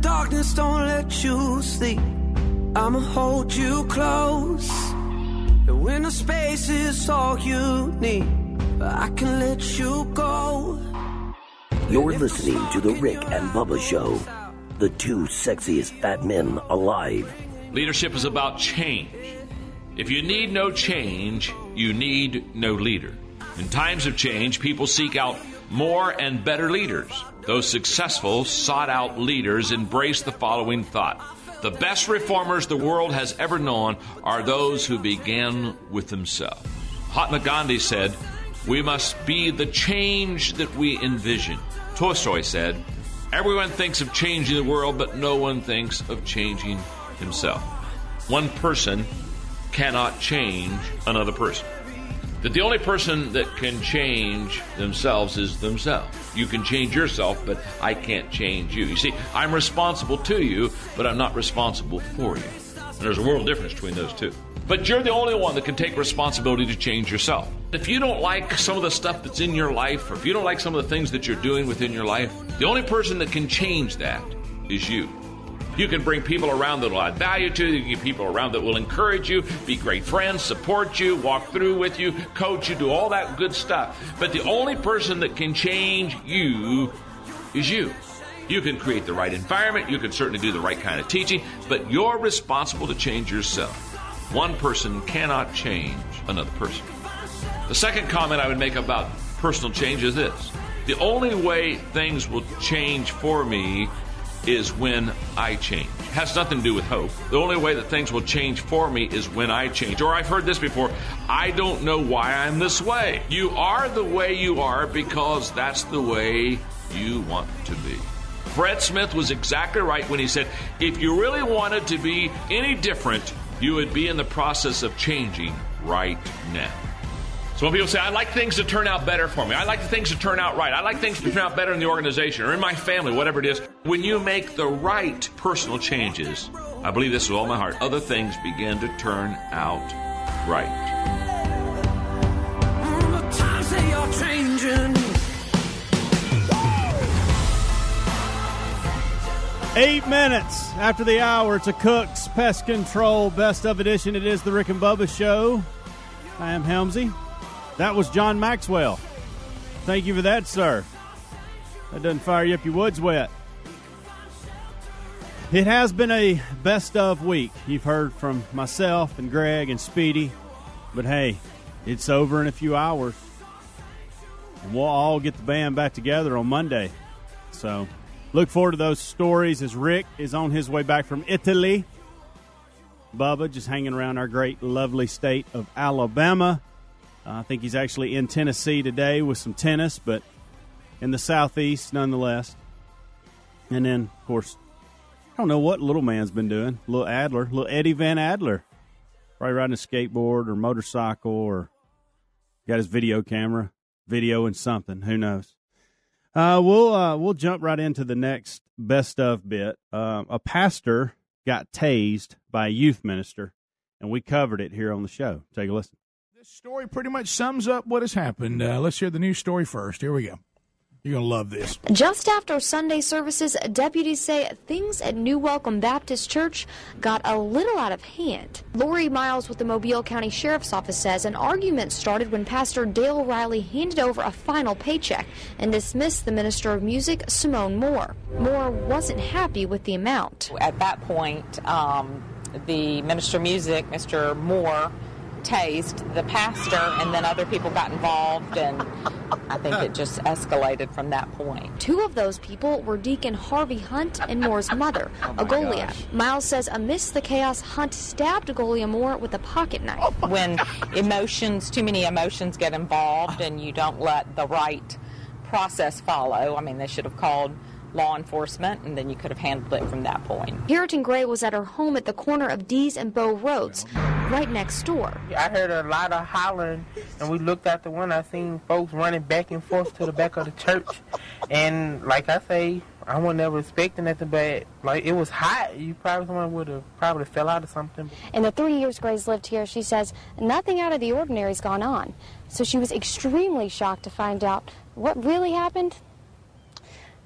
darkness don't let you sleep. I'ma hold you close. And when the space is all you need, I can let you go. You're listening to The Rick and Bubba Show, the two sexiest fat men alive. Leadership is about change. If you need no change, you need no leader. In times of change, people seek out more and better leaders. Those successful, sought out leaders embrace the following thought The best reformers the world has ever known are those who began with themselves. Mahatma Gandhi said, We must be the change that we envision. Tolstoy said, Everyone thinks of changing the world, but no one thinks of changing himself. One person cannot change another person that the only person that can change themselves is themselves. You can change yourself, but I can't change you. You see, I'm responsible to you, but I'm not responsible for you. And there's a world difference between those two. But you're the only one that can take responsibility to change yourself. If you don't like some of the stuff that's in your life, or if you don't like some of the things that you're doing within your life, the only person that can change that is you. You can bring people around that will add value to you. You can get people around that will encourage you, be great friends, support you, walk through with you, coach you, do all that good stuff. But the only person that can change you is you. You can create the right environment. You can certainly do the right kind of teaching, but you're responsible to change yourself. One person cannot change another person. The second comment I would make about personal change is this the only way things will change for me is when I change. It has nothing to do with hope. The only way that things will change for me is when I change. Or I've heard this before I don't know why I'm this way. You are the way you are because that's the way you want to be. Fred Smith was exactly right when he said, if you really wanted to be any different, you would be in the process of changing right now. So when people say, I like things to turn out better for me, I like things to turn out right, I like things to turn out better in the organization or in my family, whatever it is, when you make the right personal changes, I believe this with all my heart, other things begin to turn out right. The times they are changing. Eight minutes after the hour to Cook's Pest Control Best of Edition. It is the Rick and Bubba Show. I am Helmsy. That was John Maxwell. Thank you for that, sir. That doesn't fire you up your woods wet. It has been a best of week. You've heard from myself and Greg and Speedy. But hey, it's over in a few hours. And we'll all get the band back together on Monday. So look forward to those stories as Rick is on his way back from Italy. Bubba just hanging around our great, lovely state of Alabama. Uh, I think he's actually in Tennessee today with some tennis, but in the southeast nonetheless. And then, of course, I don't know what little man's been doing. Little Adler, little Eddie Van Adler, probably riding a skateboard or motorcycle or got his video camera, videoing something. Who knows? Uh, we'll uh, we'll jump right into the next best of bit. Uh, a pastor got tased by a youth minister, and we covered it here on the show. Take a listen. This story pretty much sums up what has happened. Uh, let's hear the news story first. Here we go. You're going to love this. Just after Sunday services, deputies say things at New Welcome Baptist Church got a little out of hand. Lori Miles with the Mobile County Sheriff's Office says an argument started when Pastor Dale Riley handed over a final paycheck and dismissed the Minister of Music, Simone Moore. Moore wasn't happy with the amount. At that point, um, the minister of music, Mr. Moore, tased the pastor, and then other people got involved, and I think it just escalated from that point. Two of those people were Deacon Harvey Hunt and Moore's mother, Agolia. Miles says amidst the chaos, Hunt stabbed Agolia Moore with a pocket knife. When emotions, too many emotions get involved, and you don't let the right process follow, I mean, they should have called law enforcement, and then you could have handled it from that point. Puritan Gray was at her home at the corner of Dees and Bow Roads, right next door. I heard a lot of hollering, and we looked out the window. I seen folks running back and forth to the back of the church, and like I say, I wasn't ever expecting nothing, but like it was hot. You probably someone would have probably fell out or something. In the three years Grace lived here, she says nothing out of the ordinary's gone on. So she was extremely shocked to find out what really happened.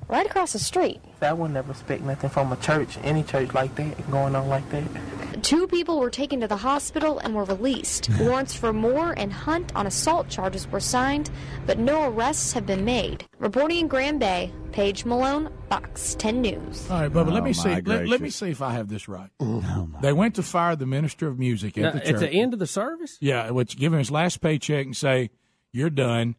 right across the street. I would never expect nothing from a church, any church like that, going on like that. Two people were taken to the hospital and were released. Warrants for Moore and Hunt on assault charges were signed, but no arrests have been made. Reporting in Grand Bay, Paige Malone, Fox 10 News. All right, Bubba, let Oh, me my see. Let, let me gracious. see if I have this right. they went to fire the minister of music at Now, the at church. the end of the service? Yeah, which give him his last paycheck and say, "You're done."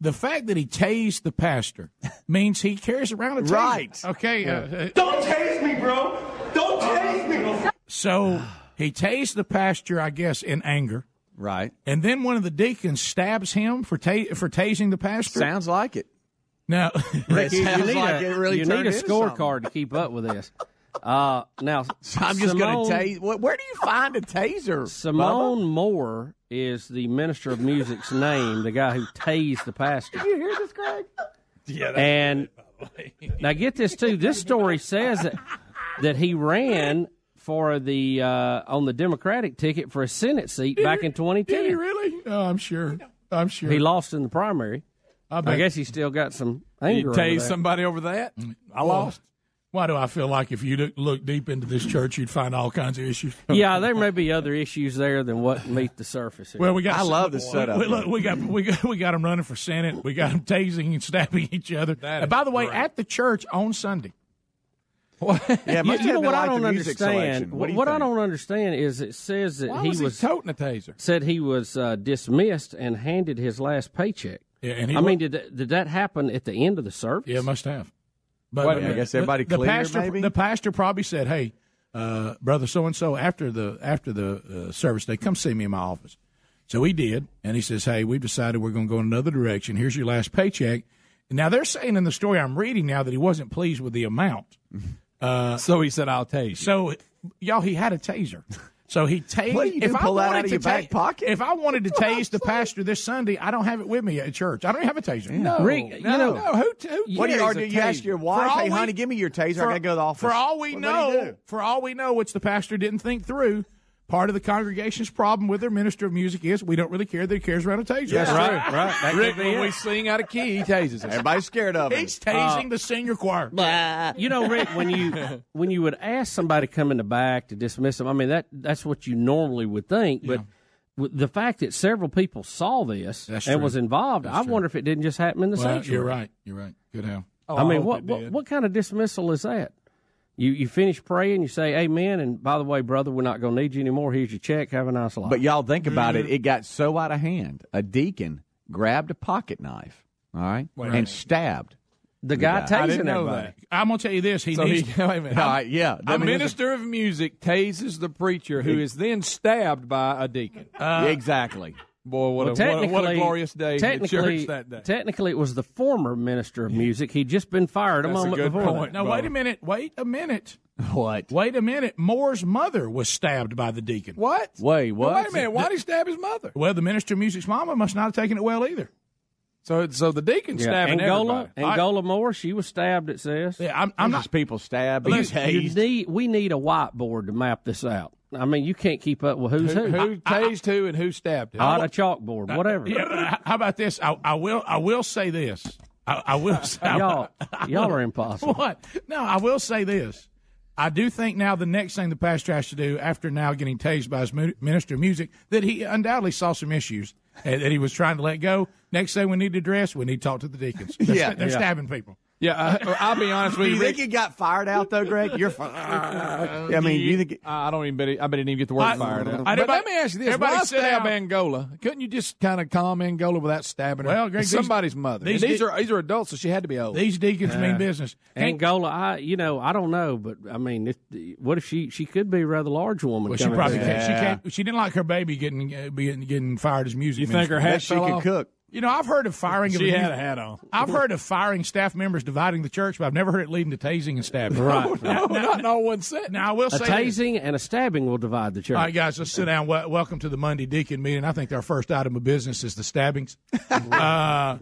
The fact that he tased the pastor means he carries around a taser. Right. Okay. Uh, Don't tase me, bro. Don't tase me. so he tased the pastor, I guess, in anger, Right. and then one of the deacons stabs him for ta- for tasing the pastor. Sounds like it. now, Ricky, you sounds need like a, it really you need turned a into scorecard to keep up with this. Uh, now, I'm just Simone- going to tase. wh- Where do you find a taser? Simone Moore is the minister of music's name, the guy who tased the pastor. Bubba? You hear this, Greg? Yeah. And now get this too. This story says that that he ran for the uh, on the Democratic ticket for a Senate seat back in Did he 2010. really? Oh, I'm sure. I'm sure. He lost in the primary. I, I bet guess he still got some You anger. over tase that. somebody over that? I lost. Mm. Why do I feel like if you look- look deep into this church, you'd find all kinds of issues? Oh. Yeah, there may be other issues there than what meet the surface. Here. Well, we got. I love this we- setup. We, look, we got we got we got them running for senate. We got them tasing and stabbing each other. And by the way, at the church on Sunday. Yeah, you, must you know have been what I like the don't music understand. selection. What, do you I think? don't understand is it says that Why he was, was he toting a taser? said he was uh, dismissed and handed his last paycheck. Yeah, and he I wa- mean, did that, did that happen at the end of the service? yeah, must have. But Well, I guess everybody the, clear, pastor, maybe? The pastor probably said, "Hey, uh, brother, so and so, after the after the uh, service day, come see me in my office." So he did, and he says, "Hey, we've decided we're going to go in another direction. Here's your last paycheck." Now they're saying in the story I'm reading now that he wasn't pleased with the amount. So he said, I'll tase you. So, y'all, he had a taser. So he tased. What do you do, if I pull that wanted out of to your back ta- pocket? If I wanted to tase the pastor this Sunday, I don't have it with me at church. I don't have a taser. No, Rick, you no, know- no. Who, who What do you, cares or a do you ask taser? your For wife, all hey, we- honey, give me your taser. I for- got to go to the office. For all we What did he know, do? for all we know, it's the pastor didn't think through. Part of the congregation's problem with their minister of music is we don't really care that he cares around a taser. That's Right. true. Right. That could be it. sing out of key, he tases us. Everybody's scared of him. He's tasing the senior choir. You know, Rick, when you when you would ask somebody to come in the back to dismiss them, I mean that that's what you normally would think, but. with The fact that several people saw this That's and true. was involved, I true. wonder if it didn't just happen in the Well, uh, sanctuary. you're right. You're right. Good how. I mean, what, what what kind of dismissal is that? You you finish praying, you say amen, and by the way, brother, we're not going to need you anymore. Here's your check. Have a nice life. But y'all think about it. It got so out of hand. A deacon grabbed a pocket knife, all right, and stabbed. the guy I tasing didn't know everybody. I'm gonna tell you this. He So needs. he- wait a minute. All right, yeah. I A mean, this is- minister of music tases the preacher, who is then stabbed by a deacon. Yeah, Uh, exactly. Boy, what, Well, a, what, a, technically, what a glorious day in the technically, church that day. technically, it was the former minister of music. He'd just been fired a That's a moment good before. point. that. Now wait a minute. Wait a minute. What? Wait a minute. Moore's mother was stabbed by the deacon. what? Wait, what? Wait a minute. Why did he stab his mother? Well, the minister of music's mama must not have taken it well either. So, so the deacon Yeah. stabbing Angola, everybody. Angola Moore, she was stabbed. It says. Yeah, I'm, I'm These not. people stabbed. He's Listen, You hazed. need, we need a whiteboard to map this out. I mean, you can't keep up with who's who. Who tased who and who stabbed him? On a chalkboard, whatever. Yeah, but h- how about this? I, I will. I will say this. I, I will say Y'all, y'all are impossible. what? No, I will say this. I do think now the next thing the pastor has to do after now getting tased by his mu- minister of music that he undoubtedly saw some issues and that he was trying to let go. Next thing we need to address, we need to talk to the deacons. They're, Yeah. sta- they're stabbing people. Yeah, I, I'll be honest Do with you you. think Rick, he got fired out though, Greg? You're fine. I mean, you think I I don't even bet. He, I bet he didn't even get the word I- fired out. I- But everybody- let me ask you this: everybody Why sit stab down. Angola? Couldn't you just kind of calm Angola without stabbing her? Well, Greg, It's these- somebody's mother. these And These, di- are these are adults, so she had to be old. These deacons mean business. Can't- Angola, I you know I don't know, but I mean, if, what if she she could be a rather large woman? well, she coming probably through. can't. She Yeah. can't. She didn't like her baby getting uh, being getting fired as music. You think minister. her that hat she fell can off? cook? You know, I've heard of firing. of She the had music- a hat on. I've heard of firing staff members dividing the church, but I've never heard it leading to tasing and stabbing. Right. Now, now- Not in all one set. now, I will A say, this. tasing and a stabbing will divide the church. all right, guys, let's sit down. Wel- welcome to the Monday Deacon meeting. I think our first item of business is the stabbings. Uh,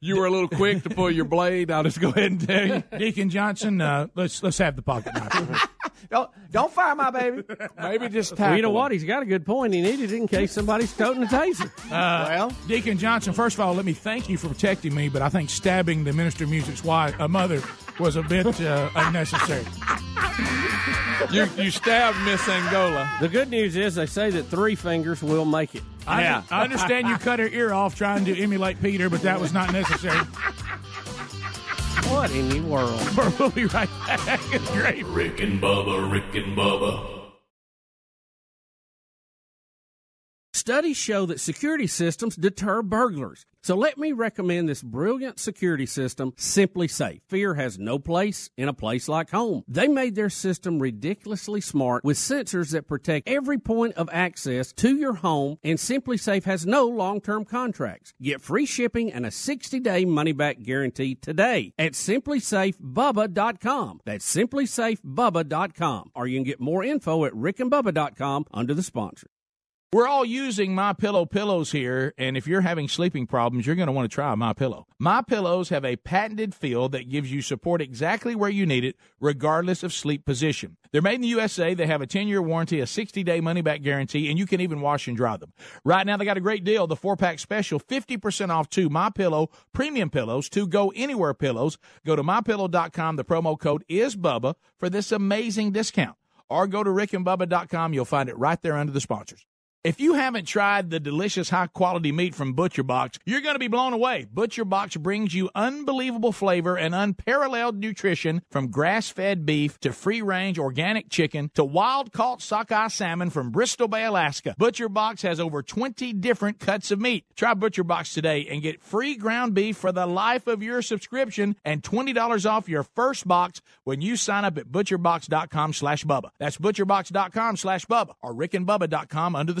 You were a little quick to pull your blade. I'll just go ahead and tell you. Deacon Johnson, uh, let's let's have the pocket knife. Don't, don't fire my baby. Maybe just Well, you know what? He's got a good point. He needed it in case somebody's toting a taser. Uh, well, Deacon Johnson, first of all, let me thank you for protecting me, but I think stabbing the minister of music's wife, a mother, was a bit uh, unnecessary. you you stabbed Miss Angola. The good news is they say that three fingers will make it. I, I understand you cut her ear off trying to emulate Peter, but that was not necessary. What in the world? we'll be right back. It's great. Rick and Bubba, Rick and Bubba. Studies show that security systems deter burglars. So let me recommend this brilliant security system, Simply Safe. Fear has no place in a place like home. They made their system ridiculously smart with sensors that protect every point of access to your home, and Simply Safe has no long term contracts. Get free shipping and a 60 day money back guarantee today at simplysafebubba.com. That's simplysafebubba.com. Or you can get more info at rickandbubba.com under the sponsor. We're all using my pillow pillows here, and if you're having sleeping problems, you're going to want to try my pillow. My pillows have a patented feel that gives you support exactly where you need it, regardless of sleep position. They're made in the USA. They have a 10-year warranty, a 60-day money-back guarantee, and you can even wash and dry them. Right now, they got a great deal: the four-pack special, 50% off two My Pillow premium pillows, two Go Anywhere pillows. Go to mypillow.com. The promo code is Bubba for this amazing discount, or go to rickandbubba.com. You'll find it right there under the sponsors. If you haven't tried the delicious high quality meat from Butcher Box, you're going to be blown away. Butcher Box brings you unbelievable flavor and unparalleled nutrition from grass fed beef to free range organic chicken to wild caught sockeye salmon from Bristol Bay, Alaska. Butcher Box has over 20 different cuts of meat. Try Butcher Box today and get free ground beef for the life of your subscription and $20 off your first box when you sign up at butcherbox.com slash Bubba. That's butcherbox.com slash Bubba or rickandbubba.com under the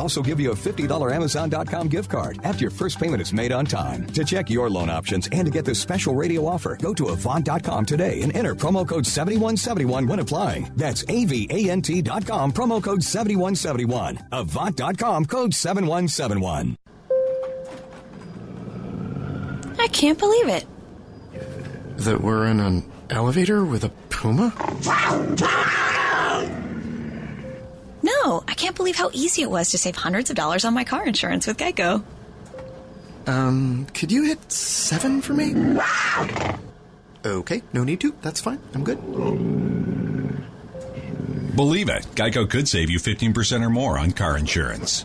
also give you a $50 Amazon.com gift card after your first payment is made on time. To check your loan options and to get this special radio offer, go to Avant.com today and enter promo code 7171 when applying. That's AVANT.com, promo code 7171. Avant.com, code 7171. I can't believe it. That we're in an elevator with a puma? No, I can't believe how easy it was to save hundreds of dollars on my car insurance with Geico. Um, could you hit seven for me? Okay, no need to. That's fine. I'm good. Believe it, Geico could save you 15% or more on car insurance.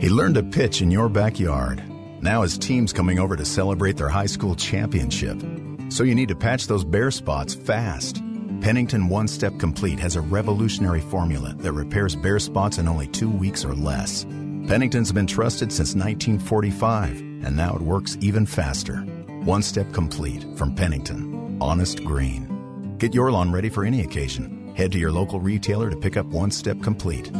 He learned to pitch in your backyard. Now his team's coming over to celebrate their high school championship. So you need to patch those bare spots fast. Pennington One Step Complete has a revolutionary formula that repairs bare spots in only two weeks or less. Pennington's been trusted since 1945, and now it works even faster. One Step Complete from Pennington. Honest Green. Get your lawn ready for any occasion. Head to your local retailer to pick up One Step Complete.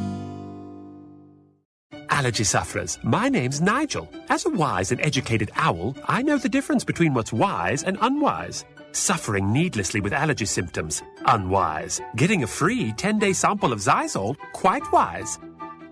Allergy sufferers, my name's Nigel. As a wise and educated owl, I know the difference between what's wise and unwise. Suffering needlessly with allergy symptoms, unwise. Getting a free 10 day sample of Zyzol, quite wise.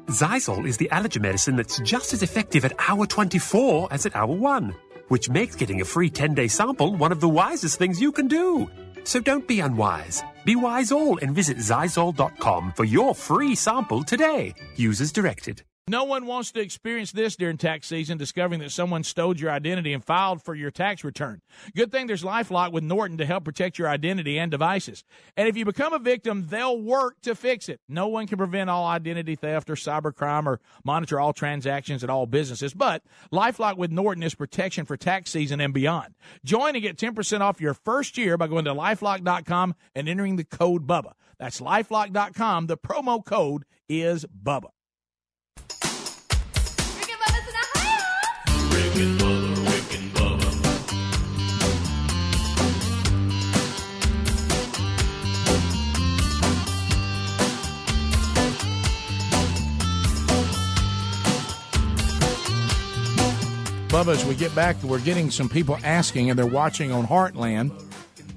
Zyzol is the allergy medicine that's just as effective at hour 24 as at hour 1, which makes getting a free 10 day sample one of the wisest things you can do. So don't be unwise. Be wise all and visit Zysol.com for your free sample today. Users directed. No one wants to experience this during tax season, discovering that someone stole your identity and filed for your tax return. Good thing there's Lifelock with Norton to help protect your identity and devices. And if you become a victim, they'll work to fix it. No one can prevent all identity theft or cybercrime or monitor all transactions at all businesses, but Lifelock with Norton is protection for tax season and beyond. Join and get 10% off your first year by going to lifelock.com and entering the code BUBBA. That's lifelock.com. The promo code is BUBBA. Rick and Bubba, Rick and Bubba. Bubba, as we get back, we're getting some people asking, and they're watching on Heartland.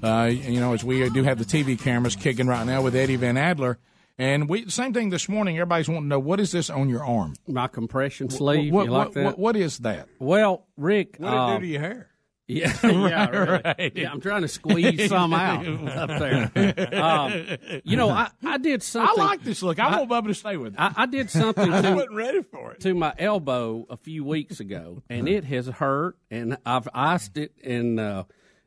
Uh, you know, as we do have the TV cameras kicking right now with Eddie Van Adler, and we same thing this morning. Everybody's wanting to know what is this on your arm? My compression sleeve. What, You like what- that? what- what is that? Well, Rick, What'd it do um, to your hair? Yeah, yeah, Right, really. right. yeah. I'm trying to squeeze some out up there. Um, you know, I, I did something. I like this look. I, want Bubba to stay with it. I, I did something. To, ready for it. To my elbow a few weeks ago, and it has hurt, and I've iced it, and uh,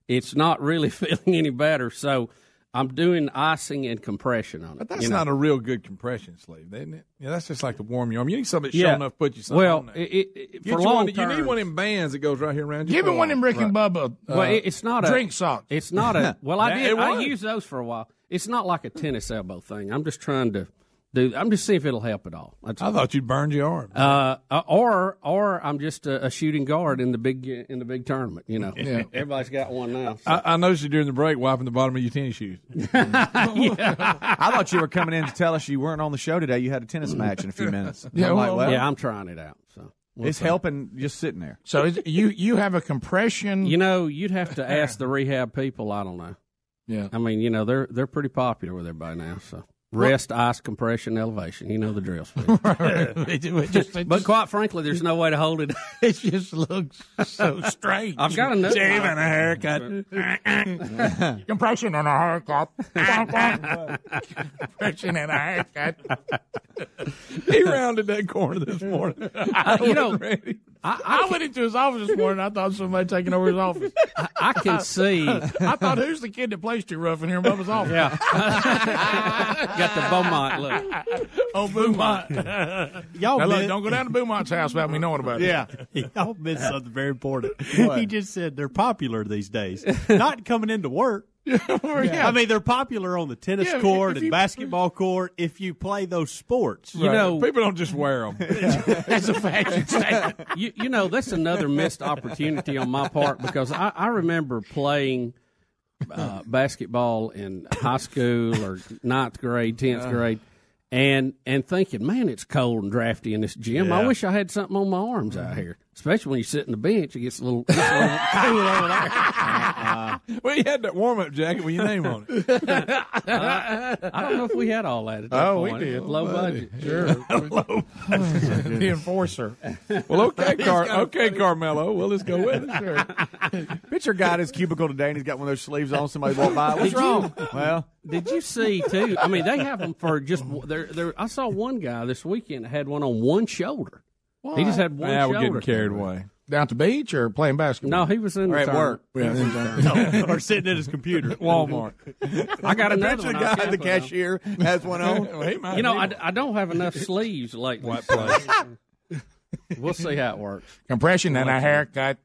it's not really feeling any better. So I'm doing icing and compression on it. But that's you know. not a real good compression sleeve, isn't it? Yeah, that's just like to warm your arm. You need something that's Yeah. sure enough to put you something Well, on there. it- it- it- Get for you long one, You need terms. one in bands that goes right here around your Give me one in Rick and Bubba. uh, Well, it- it's not a drink sock. It's not a. Well, I That- did. it I was. used those for a while. It's not like a tennis elbow thing. I'm just trying to do. I'm just seeing if it'll help at all. That's I thought you'd burned your arm. Uh, uh, or or I'm just a, a shooting guard in the big in the big tournament. You know, Yeah. everybody's got one now. Uh, I, I noticed you during the break wiping the bottom of your tennis shoes. I thought you were coming in to tell us you weren't on the show today. You had a tennis match in a few minutes. Yeah, I'm like, well, well, yeah, I'm trying it out. So it's helping just sitting there. So is- you you have a compression. You know, you'd have to ask the rehab people. I don't know. Yeah, I mean, you know, they're they're pretty popular with everybody now. So Well- rest, ice, compression, elevation. You know the drill. Speed. but quite frankly, there's no way to hold it. it just looks so strange. I've got another Shaving one. a haircut. Compression and a haircut. Compression and a haircut. he rounded that corner this morning. I, you know, I, went into his office this morning. I thought somebody taking over his office. I, I can see. I thought, who's the kid that plays too rough in here in Bubba's office? Yeah. Got the Beaumont look. Oh, Beaumont. Y'all Y'all now, look, been- don't go down to Beaumont's house without me knowing about Yeah, it. y'all missed something very important. What? He just said they're popular these days. Not coming into work. I mean, they're popular on the tennis Yeah, if court you- and basketball court if you play those sports. You Right. know- people don't just wear them. That's a fashion statement. You, you know, that's another missed opportunity on my part because I, I remember playing uh, basketball in high school or ninth grade, tenth Yeah. grade, and and thinking, man, it's cold and drafty in this gym. I Yeah. wish I had something on my arms out here. Especially when you sit in the bench, it gets a little, gets a little cool over there. well, you had that warm up jacket with your name on it. I don't know if we had all that. At that Oh, we point. did. Low Oh, budget. buddy. Low budget. the enforcer. Well, okay, Car- okay, Carmelo. Well, let's go with it. Picture a guy in his cubicle today and he's got one of those sleeves on. Somebody walked by. What's Did you- wrong? Well, Did you see too? I mean, they have them for just. They're, they're, I saw one guy this weekend that had one on one shoulder. He just had one. shoulder. away. Down at the beach or playing basketball? No, he was in Or the at tournament. work. Yeah, or sitting at his computer. Walmart. I got another Picture a one. I guy was at the gonna put on. cashier has one on. You know, I, I don't have enough sleeves lately. White we'll see how it works. Compression and a haircut.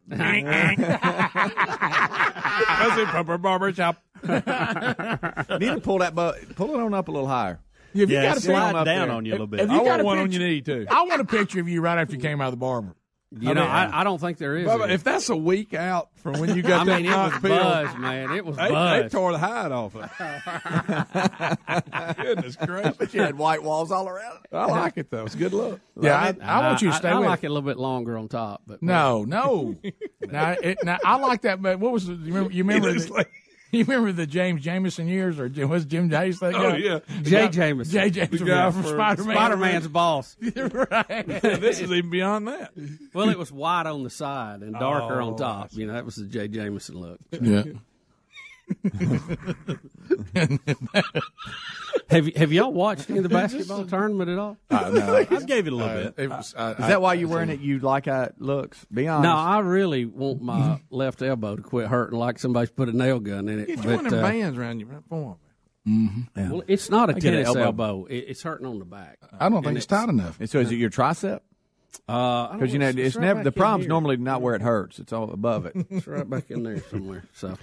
That's it, Pepper Barber Shop. Need to pull that, bu- pull it on up a little higher. If you got it's to put on sliding up down there. on you a little bit. If I you got want a one on picture- your knee, too. I want a picture of you right after you came out of the barber. You know, I, I don't think there is. Bubba, any. if that's a week out from when you got I that mean, it was knock peeled, buzz, man. It was they, They buzz. tore the hide off of it. Goodness gracious. You had white walls all around it. I like it, though. It's a good look. Yeah, I, I want you to I- stay I, with like it. it a little bit longer on top, but No, no. now, it, now, I like that. But what was the, you remember? You remember, the, you remember the James Jameson years, or Jim- was Jim Hayes that Oh, guy? yeah. The Jay guy- Jameson. Jay The Jameson guy from for Spider Man. Spider-Man's boss. right. this is even beyond that. well, it was white on the side and darker Oh, on top. You know, that was the Jay Jameson look. Yeah. have y- have y'all watched any of the basketball tournament at all? Uh, no. I gave it a little Uh, bit. it was- I- Is that I- why you're I wearing see. it? You like how it looks? Be honest. No, I really want my left elbow to quit hurting like somebody's put a nail gun in it. Get you but, one of them uh, bands around your form. Well, it's not a I get an tennis elbow. elbow. It- it's hurting on the back. I don't think And it's tight enough. So is it your tricep? Because you know it's- it's, it's right never the back in problem's here. normally not where it hurts. It's all above it. it's right back in there somewhere. So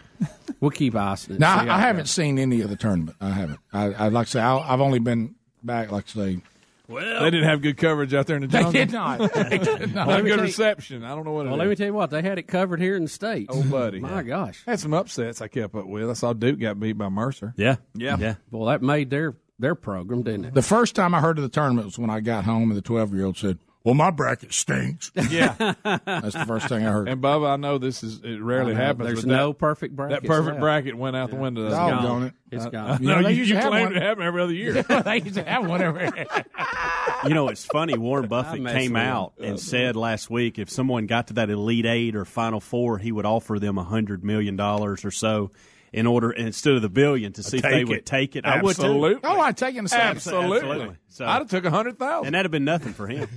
we'll keep icing it. Now, See how I, I it haven't seen any of the tournament. I haven't. I, I like to say I, I've only been back, like to say. Well, they didn't have good coverage out there in the They jungle. did not. They did not. Not Let me good tell you- reception. I don't know what it Well, is. let me tell you what they had it covered here in the states. Oh, buddy, my gosh, had some upsets I kept up with. I saw Duke got beat by Mercer. Yeah, yeah, yeah. Well, that made their their program, didn't it? The first time I heard of the tournament was when I got home, and the twelve-year-old said, "Well, my bracket stinks." Yeah, that's the first thing I heard. And Bubba, I know this is it rarely I know. happens. There's but no that, perfect That brackets perfect left. bracket went out the window. It's Doggone gone. it. It's I- gone. I, You know, know, they Uh, you, used to you have claimed one. it happened every other year. they used to have one every. You know, it's funny. Warren I Buffett mess came with out him. and said last week if someone got to that Elite Eight or Final Four, he would offer them a hundred million dollars or so in order instead of the billion Uh, to see if they take would it. take it. I would Absolutely. too. Oh, I'd taken the same. Absolutely. I'd have took a hundred thousand, and that'd have been nothing for him.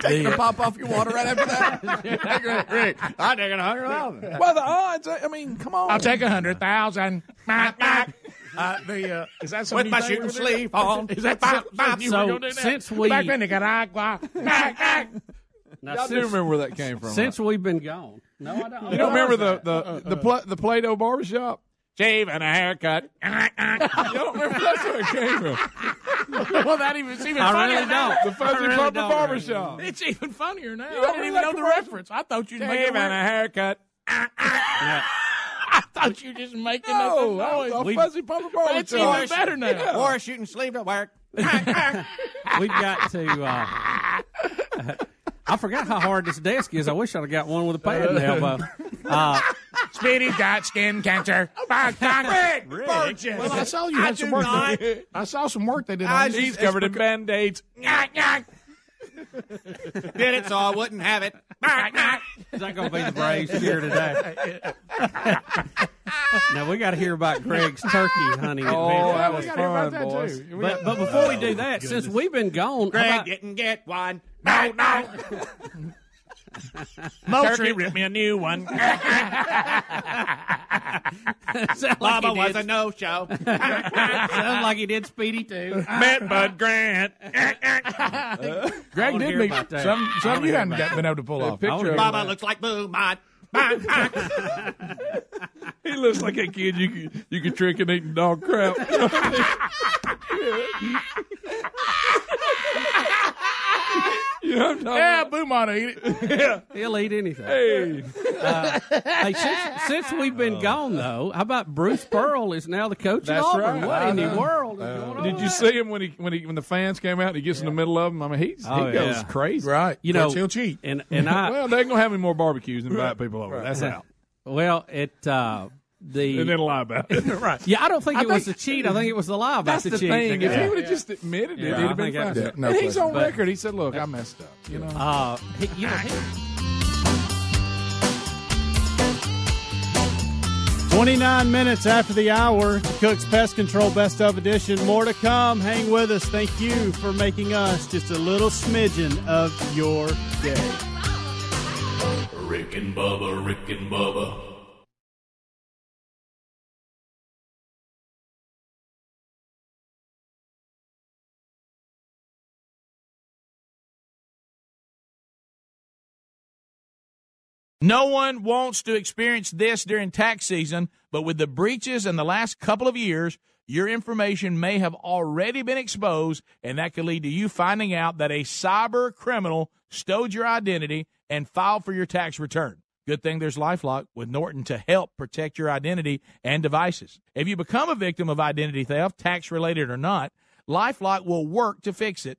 Taking The- a pop off your water right after that. Great, great. I take a hundred thousand. Well, the odds. I I mean, come on. I'll take a hundred thousand. Uh, the, uh, is that With my shooting sleeve on. Is that something you were so gonna do that? since we back in Nicaragua? Now, Y'all do since- remember where that came from, Since we've been gone, no, I don't. You don't remember the Uh-uh, the the, pl- the Play-Doh barbershop? Shave and a haircut. you don't remember that's where it came from. well, that even it's even I funnier really now. don't. The fuzzy I really purple don't. barbershop. It's even funnier now. You don't I didn't even know remember the that reference. I thought you'd make Shave it. and a haircut. I thought you were just making No, that up was the a noise. fuzzy purple But barbershop. It's even better now. Yeah. a shooting sleeve at work. We've got to. Uh, I forgot how hard this desk is. I wish I'd have got one with a pad in the elbow. Uh, Speedy got skin cancer. Rick, Burgess. Well, I saw you had some work. they- I saw some work they did. on I this. just- It's covered in because- Band-aids. Did it, so I wouldn't have it. Is that going to be the Braves here today? now we got to hear about Greg's turkey hunting. Oh, adventure. that was We gotta hear about fun, that, boys. too. We got- But, but before we do that, since we've been gone, Greg didn't get one. No, no. Turkey Moultrie- ripped me a new one. Sound like he did. no-show. Sounds like he did Speedy too. Met Bud Grant. Greg wanna did hear me about that. some. I Some wanna you hear hadn't about got- been able to pull that. off. Picture of Baba looks like Boo Mod. He looks like a kid you could, you could trick and eat dog crap. you know what I'm talking Yeah, about? boom on eat it. He'll eat anything. Hey. Uh, hey, since, since we've been gone though, how about Bruce Pearl is now the coach Oh. That's of Auburn? right. What I in the know. Uh, world? Did you see him when he when he when the fans came out? and He gets in the middle of them. I mean, he's, Oh, he goes yeah. crazy, right? You know, And and I well, they ain't gonna have any more barbecues and invite people over. That's out. well it uh, the And then lie about it. right. yeah, I don't think it was the cheat. I think it was the lie about That's the, the cheat. thing. If Yeah. he would have just admitted Yeah, it, he'd I have been think that fine. was it. No and he's question. on But- record. He said, "Look, I messed up." You know. Uh, he- you know, he- 29 minutes after the hour, the Cook's Pest Control Best of Edition. More to come. Hang with us. Thank you for making us just a little smidgen of your day. Rick and Bubba, Rick and Bubba. No one wants to experience this during tax season, but with the breaches in the last couple of years, your information may have already been exposed, and that could lead to you finding out that a cyber criminal stowed your identity and filed for your tax return. Good thing there's Lifelock with Norton to help protect your identity and devices. If you become a victim of identity theft, tax related or not, Lifelock will work to fix it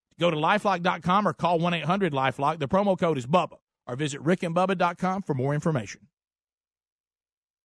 Go to lifelock.com or call 1 800 Lifelock. The promo code is BUBBA. Or visit rickandbubba.com for more information.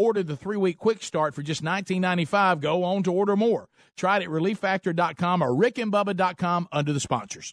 Order the three week quick start for just $19.95. Go on to order more. Try it at relieffactor.com or rickandbubba.com under the sponsors.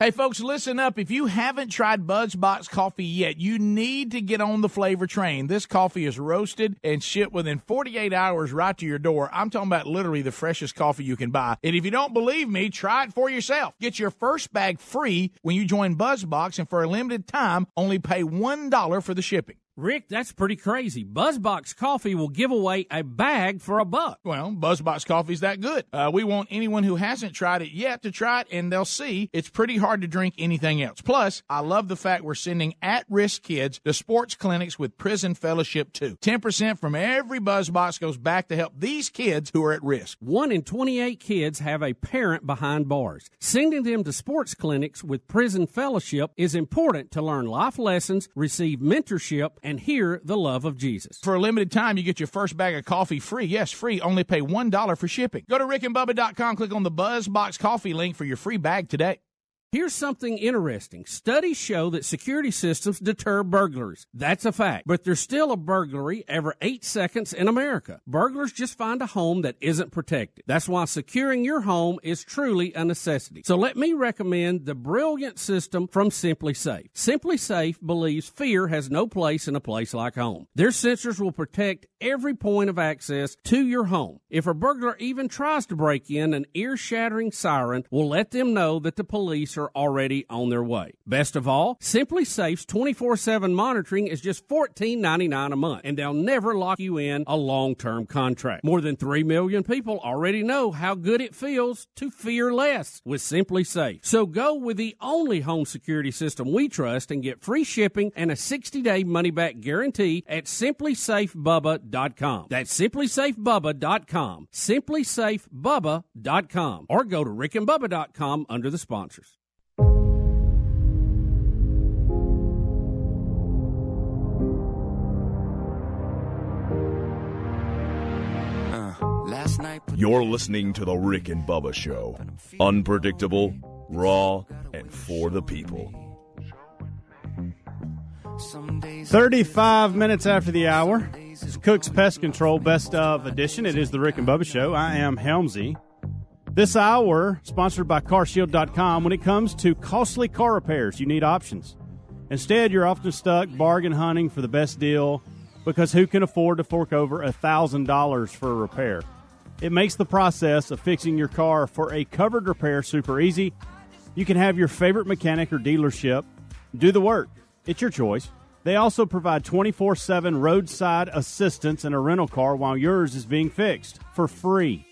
Hey, folks, listen up. If you haven't tried BuzzBox coffee yet, you need to get on the flavor train. This coffee is roasted and shipped within 48 hours right to your door. I'm talking about literally the freshest coffee you can buy. And if you don't believe me, try it for yourself. Get your first bag free when you join BuzzBox, and for a limited time, only pay $1 for the shipping. Rick, that's pretty crazy. Buzzbox Coffee will give away a bag for a buck. Well, Buzzbox Coffee's that good. Uh, we want anyone who hasn't tried it yet to try it, and they'll see it's pretty hard to drink anything else. Plus, I love the fact we're sending at-risk kids to sports clinics with prison fellowship too. Ten percent from every Buzzbox goes back to help these kids who are at risk. One in twenty-eight kids have a parent behind bars. Sending them to sports clinics with prison fellowship is important to learn life lessons, receive mentorship and hear the love of Jesus. For a limited time, you get your first bag of coffee free. Yes, free. Only pay $1 for shipping. Go to rickandbubba.com, click on the BuzzBox coffee link for your free bag today. Here's something interesting. Studies show that security systems deter burglaries. That's a fact. But there's still a burglary every eight seconds in America. Burglars just find a home that isn't protected. That's why securing your home is truly a necessity. So let me recommend the brilliant system from Simply Safe. Simply Safe believes fear has no place in a place like home. Their sensors will protect every point of access to your home. If a burglar even tries to break in, an ear shattering siren will let them know that the police are already on their way. Best of all, Simply Safe's 24/7 monitoring is just $14.99 a month, and they'll never lock you in a long-term contract. More than 3 million people already know how good it feels to fear less with Simply Safe. So go with the only home security system we trust and get free shipping and a 60-day money-back guarantee at simplysafebubba.com. That's simplysafebubba.com. simplysafebubba.com or go to rickandbubba.com under the sponsors. You're listening to The Rick and Bubba Show. Unpredictable, raw, and for the people. 35 minutes after the hour. It's Cook's Pest Control Best of Edition. It is The Rick and Bubba Show. I am Helmsy. This hour, sponsored by carshield.com, when it comes to costly car repairs, you need options. Instead, you're often stuck bargain hunting for the best deal because who can afford to fork over $1,000 for a repair? It makes the process of fixing your car for a covered repair super easy. You can have your favorite mechanic or dealership do the work. It's your choice. They also provide 24 7 roadside assistance in a rental car while yours is being fixed for free.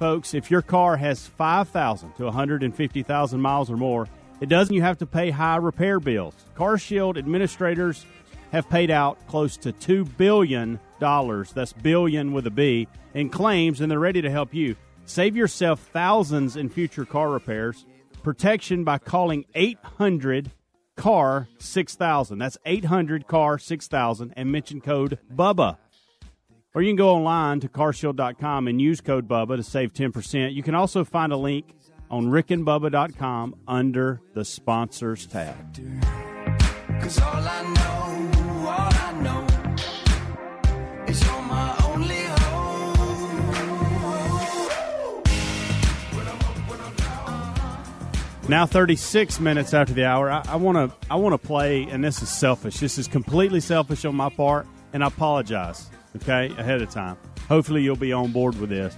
Folks, if your car has 5,000 to 150,000 miles or more, it doesn't you have to pay high repair bills. Car Shield administrators have paid out close to 2 billion dollars, that's billion with a B, in claims and they're ready to help you. Save yourself thousands in future car repairs. Protection by calling 800 car 6000. That's 800 car 6000 and mention code BUBBA. Or you can go online to carshield.com and use code BUBBA to save 10%. You can also find a link on rickandbubba.com under the sponsors tab. Cause all I know, all I know is you're my only hope. Now 36 minutes after the hour, I want to I want to play, and this is selfish. This is completely selfish on my part, and I apologize. Okay, ahead of time. Hopefully you'll be on board with this.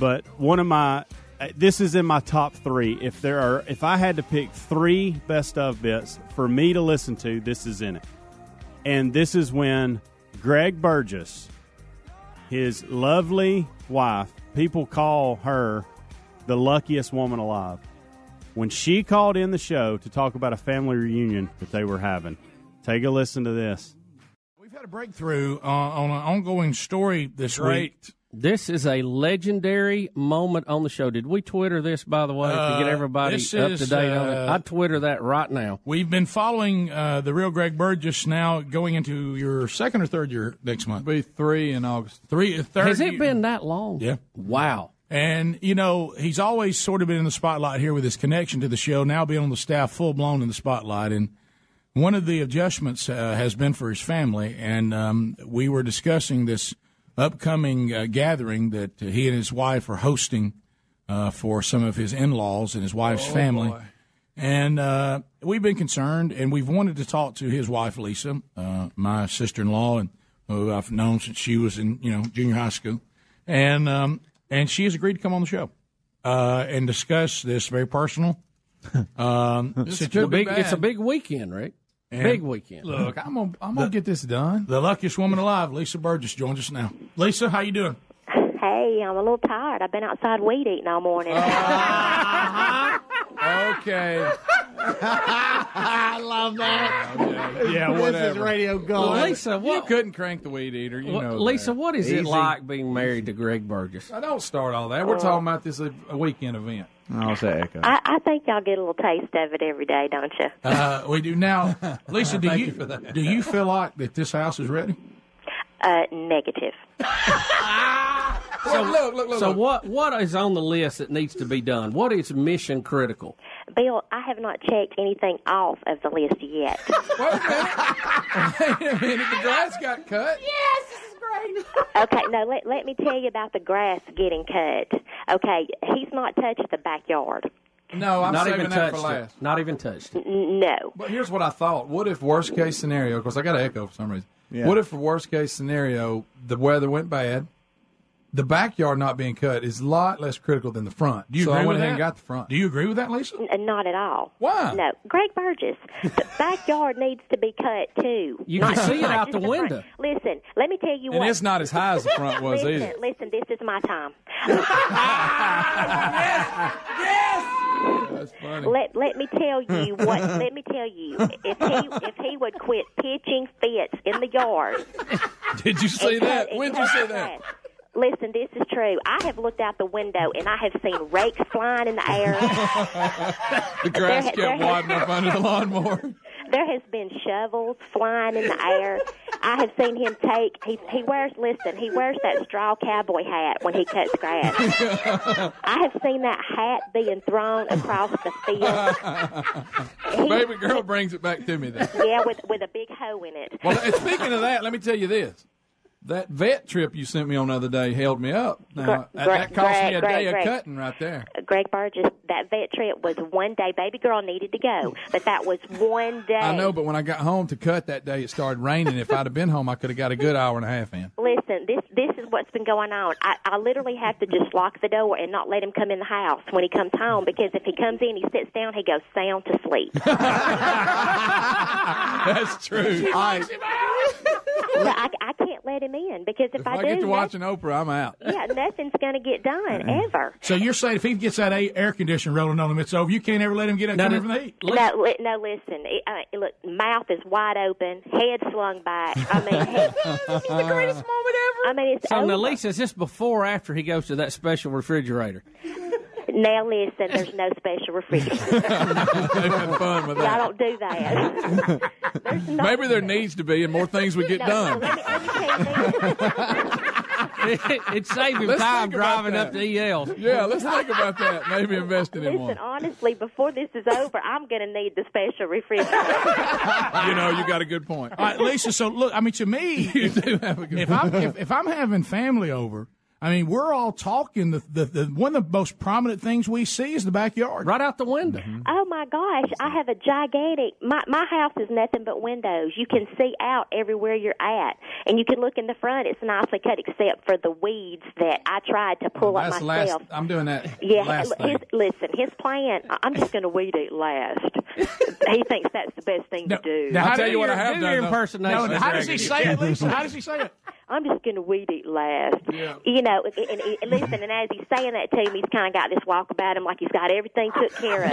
But one of my uh, this is in my top three. If there are, if I had to pick three best of bits for me to listen to, this is in it. And this is when Greg Burgess, his lovely wife, people call her the luckiest woman alive. When she called in the show to talk about a family reunion that they were having, take a listen to this. We've had a breakthrough uh, on an ongoing story this week. Great. This is a legendary moment on the show. Did we Twitter this, by the way, Uh, to get everybody up this to is, date on it? uh, I Twitter that right now. We've been following uh, the real Greg Burgess now going into your second or third year next month. Be three in August. Three, uh, third Has it year- been that long? Yeah. Wow. And, you know, he's always sort of been in the spotlight here with his connection to the show, now being on the staff full blown in the spotlight. And one of the adjustments uh, has been for his family. And um, we were discussing this upcoming uh, gathering that uh, he and his wife are hosting uh, for some of his in laws and his wife's Oh, family. boy. And uh, we've been concerned, and we've wanted to talk to his wife, Lisa, uh, my sister-in-law, and who I've known since she was in you know junior high school, and um, and she has agreed to come on the show uh, and discuss this very personal um, It's a situation. big- it's a big weekend, right? Big weekend. Look, I'm gonna I'm gonna get this done. The luckiest woman alive, Lisa Burgess, joins us now. Lisa, how you doing? Hey, I'm a little tired. I've been outside weed eating all morning. Okay. I love that. Yeah, This is whatever. radio gold. Well, Lisa, You what- couldn't crank the weed eater. You Well, know. Lisa, that. what is it like being married to Greg Burgess? I don't start all that. We're talking about uh, this a, a weekend event. I'll say echo. I, I think y'all get a little taste of it every day, don't you? Uh, we do now, Lisa. Do Thank you, you for that. do you feel like that this house is ready? Uh, negative. So, look, look, look, so look. what what is on the list that needs to be done? What is mission critical? Bill, I have not checked anything off of the list yet. Wait a minute, the grass got cut. Yes, this is great. okay, now let, let me tell you about the grass getting cut. Okay, he's not touched the backyard. No, I'm Not saving even that touched for it. last. Not even touched. N- No. But here's what I thought. What if worst case scenario? Because I got an echo for some reason. What if for worst case scenario the weather went bad? The backyard not being cut is a lot less critical than the front. Do you so agree I with went ahead and that? got the front. Do you agree with that, Lisa? N- not at all. Why? No, Greg Burgess. The backyard needs to be cut too. You Not- can see it not out just the front. window. Listen, let me tell you And what. it's not as high as the front was listen, either. Listen, this is my time. That's funny. Let let me tell you what. let me tell you, if he if he would quit pitching fits in the yard, Did you see that? When did you see that? Listen, this is true. I have looked out the window and I have seen rakes flying in the air. The grass There- kept there- wadding up under the lawnmower. There has been shovels flying in the air. I have seen him take. He he wears. Listen, he wears that straw cowboy hat when he cuts grass. I have seen that hat being thrown across the field. Baby girl brings it back to me then. Yeah, with with a big hoe in it. Well, and speaking of that, let me tell you this. That vet trip you sent me on the other day held me up. Now, Gr- that- gr- that cost me a great, day great. of cutting right there. Greg Burgess, that vet trip was one day. Baby girl needed to go, but that was one day. I know, but when I got home to cut that day, it started raining. If I'd have been home, I could have got a good hour and a half in. Listen, this this is what's been going on. I, I literally have to just lock the door and not let him come in the house when he comes home because if he comes in, he sits down, he goes sound to sleep. That's true. She likes Well, I, I can't let him in because if, if I do, get to noth- watching Oprah, I'm out. yeah, nothing's going to get done ever. So you're saying if he gets that a- air conditioner rolling on him, it's over. You can't ever let him get up No, come no, in from the heat. No, li- no, listen. It, uh, it- look, mouth is wide open, head slung back. I mean, head, the greatest moment ever. I mean, it's So over. now, Lisa, is this before or after he goes to that special refrigerator? Now listen, there's no special refrigerator. They've had fun with Y'all that. don't do that. Maybe there needs to be, and more things would get No, done. it saved him Let's time think about driving that. up to EL. Yeah, let's think about that. Maybe invest in Listen, one. honestly, before this is over, I'm going to need the special refrigerator. You know, you got a good point. All right, Lisa. So look, I mean, to me, if, if I'm if, if I'm having family over, I mean, we're all talking. The, the the one of the most prominent things we see is the backyard, right out the window. oh my gosh, I have a gigantic. My my house is nothing but windows. You can see out everywhere you're at, and you can look in the front. It's nicely cut, except for the weeds that I tried to pull up That's last. myself. I'm doing that. Yeah, last his, thing. listen, his plan. I- I'm just going to weed eat last. he thinks that's the best thing to do. now, I'll How tell do you what you I have do done, your though. impersonation No, no, how does he say it, Lisa? How does he say it? I'm just going to weed eat last. You know, and, and, and listen, and as he's saying that to me, he's kind of got this walk about him like he's got everything took care of.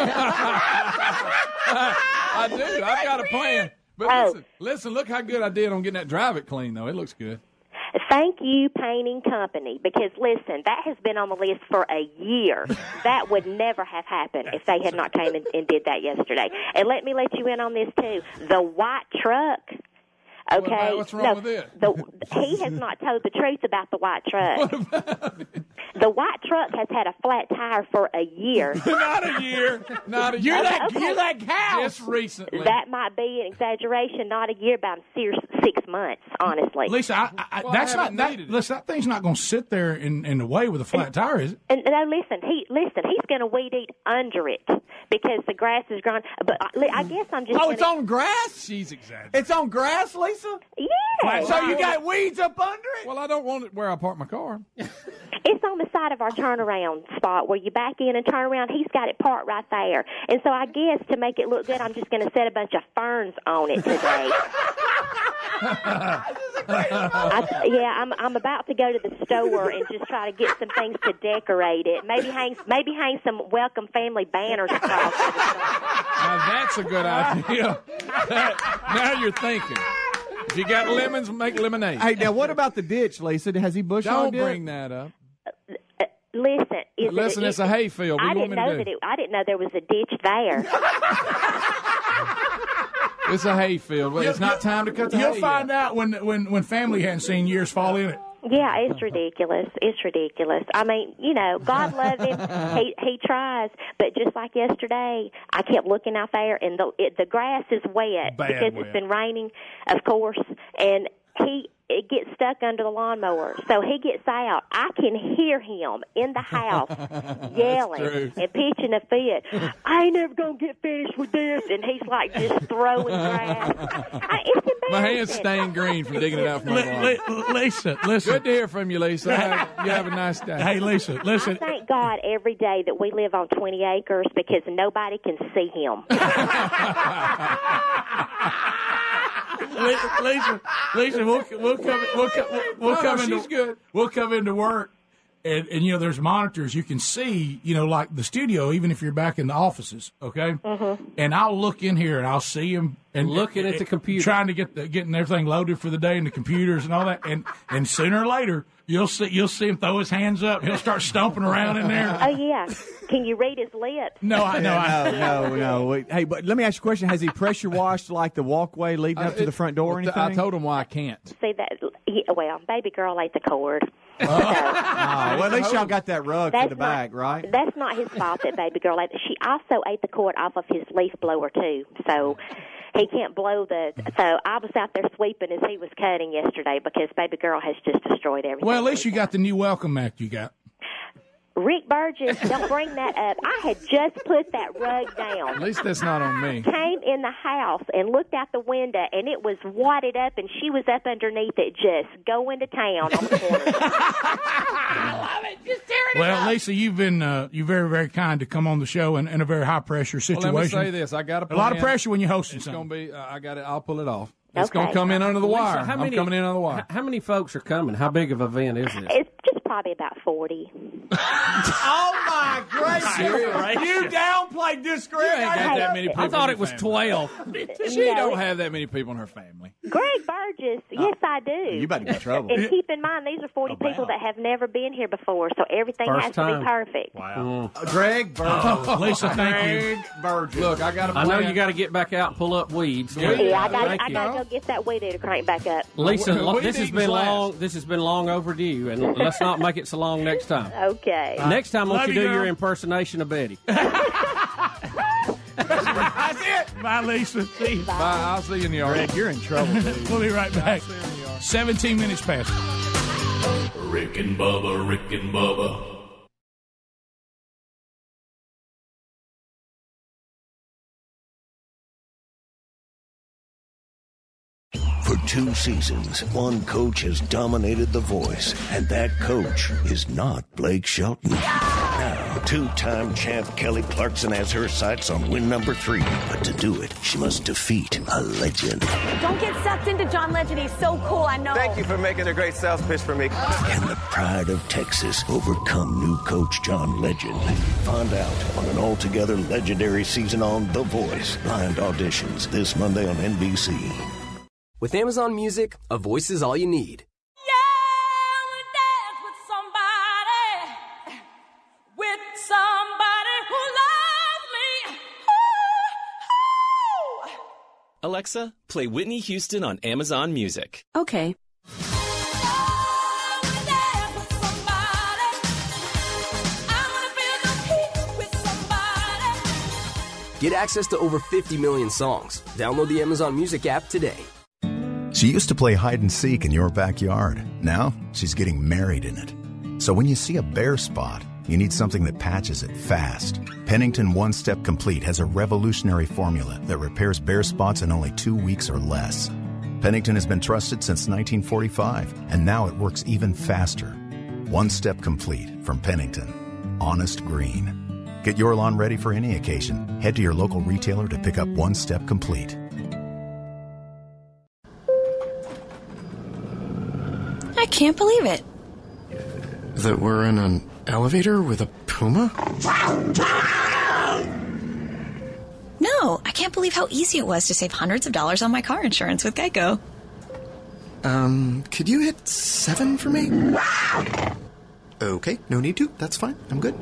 I do. I've got a plan. But Oh. listen, listen, look how good I did on getting that drive it clean, though. It looks good. Thank you, painting company, because listen, that has been on the list for a year. That would never have happened if they had not came and, and did that yesterday. And let me let you in on this too. The white truck. What Okay. about- what's wrong no, with it? The, he has not told the truth about the white truck. the white truck has had a flat tire for a year. Not a year. Not a You're year. like- you're like house. Just recently. That might be an exaggeration, not a year, but I'm serious, six months, honestly. Lisa, I, I, Well, I that's not haven't that. Listen, that thing's not going to sit there in, in the way with a flat tire, is it? And no, listen, he listen. He's going to weed eat under it because the grass is grown. But I, li- I guess I'm just. Oh, gonna, it's on grass? She's exaggerating. It's on grass, Lisa? Yeah. weeds up under it? Well, I don't want it where I park my car. It's on the side of our turnaround spot where you back in and turn around. He's got it parked right there, and so I guess to make it look good, I'm just going to set a bunch of ferns on it today. I, yeah, I'm I'm about to go to the store and just try to get some things to decorate it. Maybe hang maybe hang some welcome family banners across. it. Now that's a good idea. now you're thinking. If you got lemons, make lemonade. Hey, now what about the ditch, Lisa? Has he bush Don't hogged it? bring that up. Listen, is Listen, it, it's a hay field. What I do you didn't want me to know do? that it, I didn't know there was a ditch there. It's a hay field. Well, it's You'll- not time to cut the You'll hay find out when when when family hadn't seen years fall in it. yeah, it's ridiculous. It's ridiculous. I mean, you know, God love him. He he tries, but just like yesterday, I kept looking out there, and the it, the grass is wet Bad because wet. it's been raining, of course, and he. It gets stuck under the lawnmower, so he gets out. I can hear him in the house yelling true. and pitching a fit. I ain't never gonna get finished with this, and he's like just throwing grass. I, it's My hands stained green from digging it out from my lawn. Lisa, listen. Good to hear from you, Lisa. Have- you have a nice day. Hey, Lisa, listen. I thank God every day that we live on 20 acres because nobody can see him. Li- Lisa, Lisa, we'll, we'll come, we'll come, we'll No, come no, into, she's good. we'll come into work, and, and you know, there's monitors you can see, you know, like the studio, even if you're back in the offices, okay. And I'll look in here and I'll see him and Mm-hmm. Looking at the computer. trying to get the, getting everything loaded for the day and the computers and all that, and and sooner or later you'll see you'll see him throw his hands up, he'll start stomping around in there. Oh, yeah. Can you read his lips? No, I know. I, no, Oh, no, no. Wait, Hey, but let me ask you a question. Has he pressure washed like the walkway leading up to the front door or anything? I told him why I can't. See that? Yeah, well, baby girl ate the cord. Ah, well, at least y'all got that rug for That's the not- back, right? That's not his fault that baby girl ate. She also ate the cord off of his leaf blower too. So he can't blow the. So I was out there sweeping as he was cutting yesterday because baby girl has just destroyed everything. well, at least you got the new welcome act you got. Rick Burgess, don't bring that up. I had just put that rug down. At least that's not on me. came in the house and looked out the window, and it was wadded up, and she was up underneath it, just going to town on the corner. Well, Lisa, you've been uh, you're very very kind to come on the show in, in a very high pressure Well, situation. let me say this: I got a lot of pressure when you're hosting It's something. going to be. Uh, I got it. I'll pull it off. It's going to come in under the Lisa, wire. How I'm many, coming in under the wire. h- How, many folks are coming? How big of an event is this? it's just probably about 40. Oh my gracious! Serious. You downplayed this, Greg. ain't got that many people I thought in it was your twelve. She No. don't have that many people in her family. Greg Burgess, yes, I do. you about to get in trouble. And keep in mind, these are 40 people that have never been here before, so everything First has to time. be perfect. Wow. Greg Burgess. Oh, Lisa, thank you. Look, I got to. I know you got to get back out and pull up weeds. Yeah, I got Thank I you. got to go get that weed eater crank back up. Lisa, lo- this has been last. long. This has been long overdue, and let's not make it so long next time. Okay. Next time, won't Love you you, do girl. your impersonation of Betty? That's it. Bye, Lisa. See you. Bye. I'll see you in the yard. Greg, you're in trouble. we'll be right back. Seventeen minutes past. Rick and Bubba, Rick and Bubba. For two seasons, one coach has dominated The Voice, and that coach is not Blake Shelton. Now, two time champ Kelly Clarkson has her sights on win number three, but to do it, she must defeat a legend. Don't get sucked into John Legend. He's so cool. I know. Thank you for making a great sales pitch for me. Can the pride of Texas overcome new coach John Legend? Find out on an altogether legendary season on The Voice. Blind auditions this Monday on NBC. With Amazon Music, a voice is all you need. with somebody, with somebody who loves me. Ooh, ooh. Alexa, play Whitney Houston on Amazon Music. Okay. Get access to over 50 million songs. Download the Amazon Music app today. She used to play hide and seek in your backyard. Now she's getting married in it. So when you see a bare spot, you need something that patches it fast. Pennington One Step Complete has a revolutionary formula that repairs bare spots in only two weeks or less. Pennington has been trusted since 1945, and now it works even faster. One Step Complete from Pennington. Honest Green. Get your lawn ready for any occasion. Head to your local retailer to pick up One Step Complete. I can't believe it. That we're in an elevator with a puma? No, I can't believe how easy it was to save hundreds of dollars on my car insurance with Geico. Um, could you hit seven for me? Okay, no need to. That's fine. I'm good.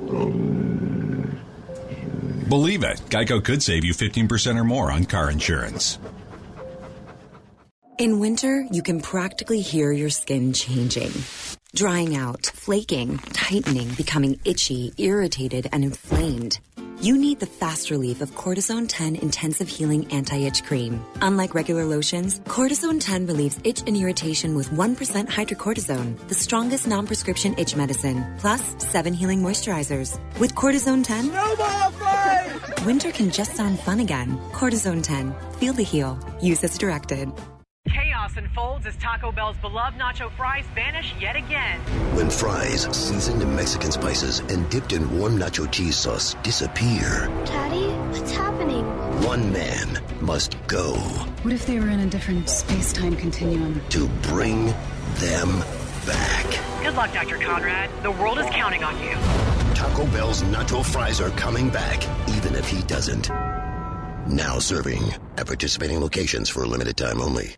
Believe it, Geico could save you 15% or more on car insurance. In winter, you can practically hear your skin changing. Drying out, flaking, tightening, becoming itchy, irritated, and inflamed. You need the fast relief of Cortisone 10 Intensive Healing Anti Itch Cream. Unlike regular lotions, Cortisone 10 relieves itch and irritation with 1% hydrocortisone, the strongest non prescription itch medicine, plus 7 healing moisturizers. With Cortisone 10, winter can just sound fun again. Cortisone 10, feel the heal. Use as directed. Chaos unfolds as Taco Bell's beloved nacho fries vanish yet again. When fries, seasoned in Mexican spices and dipped in warm nacho cheese sauce, disappear, Daddy, what's happening? one man must go What if they were in a different space time continuum? to bring them back. Good luck, Dr. Conrad. The world is counting on you. Taco Bell's nacho fries are coming back, even if he doesn't. Now serving at participating locations for a limited time only.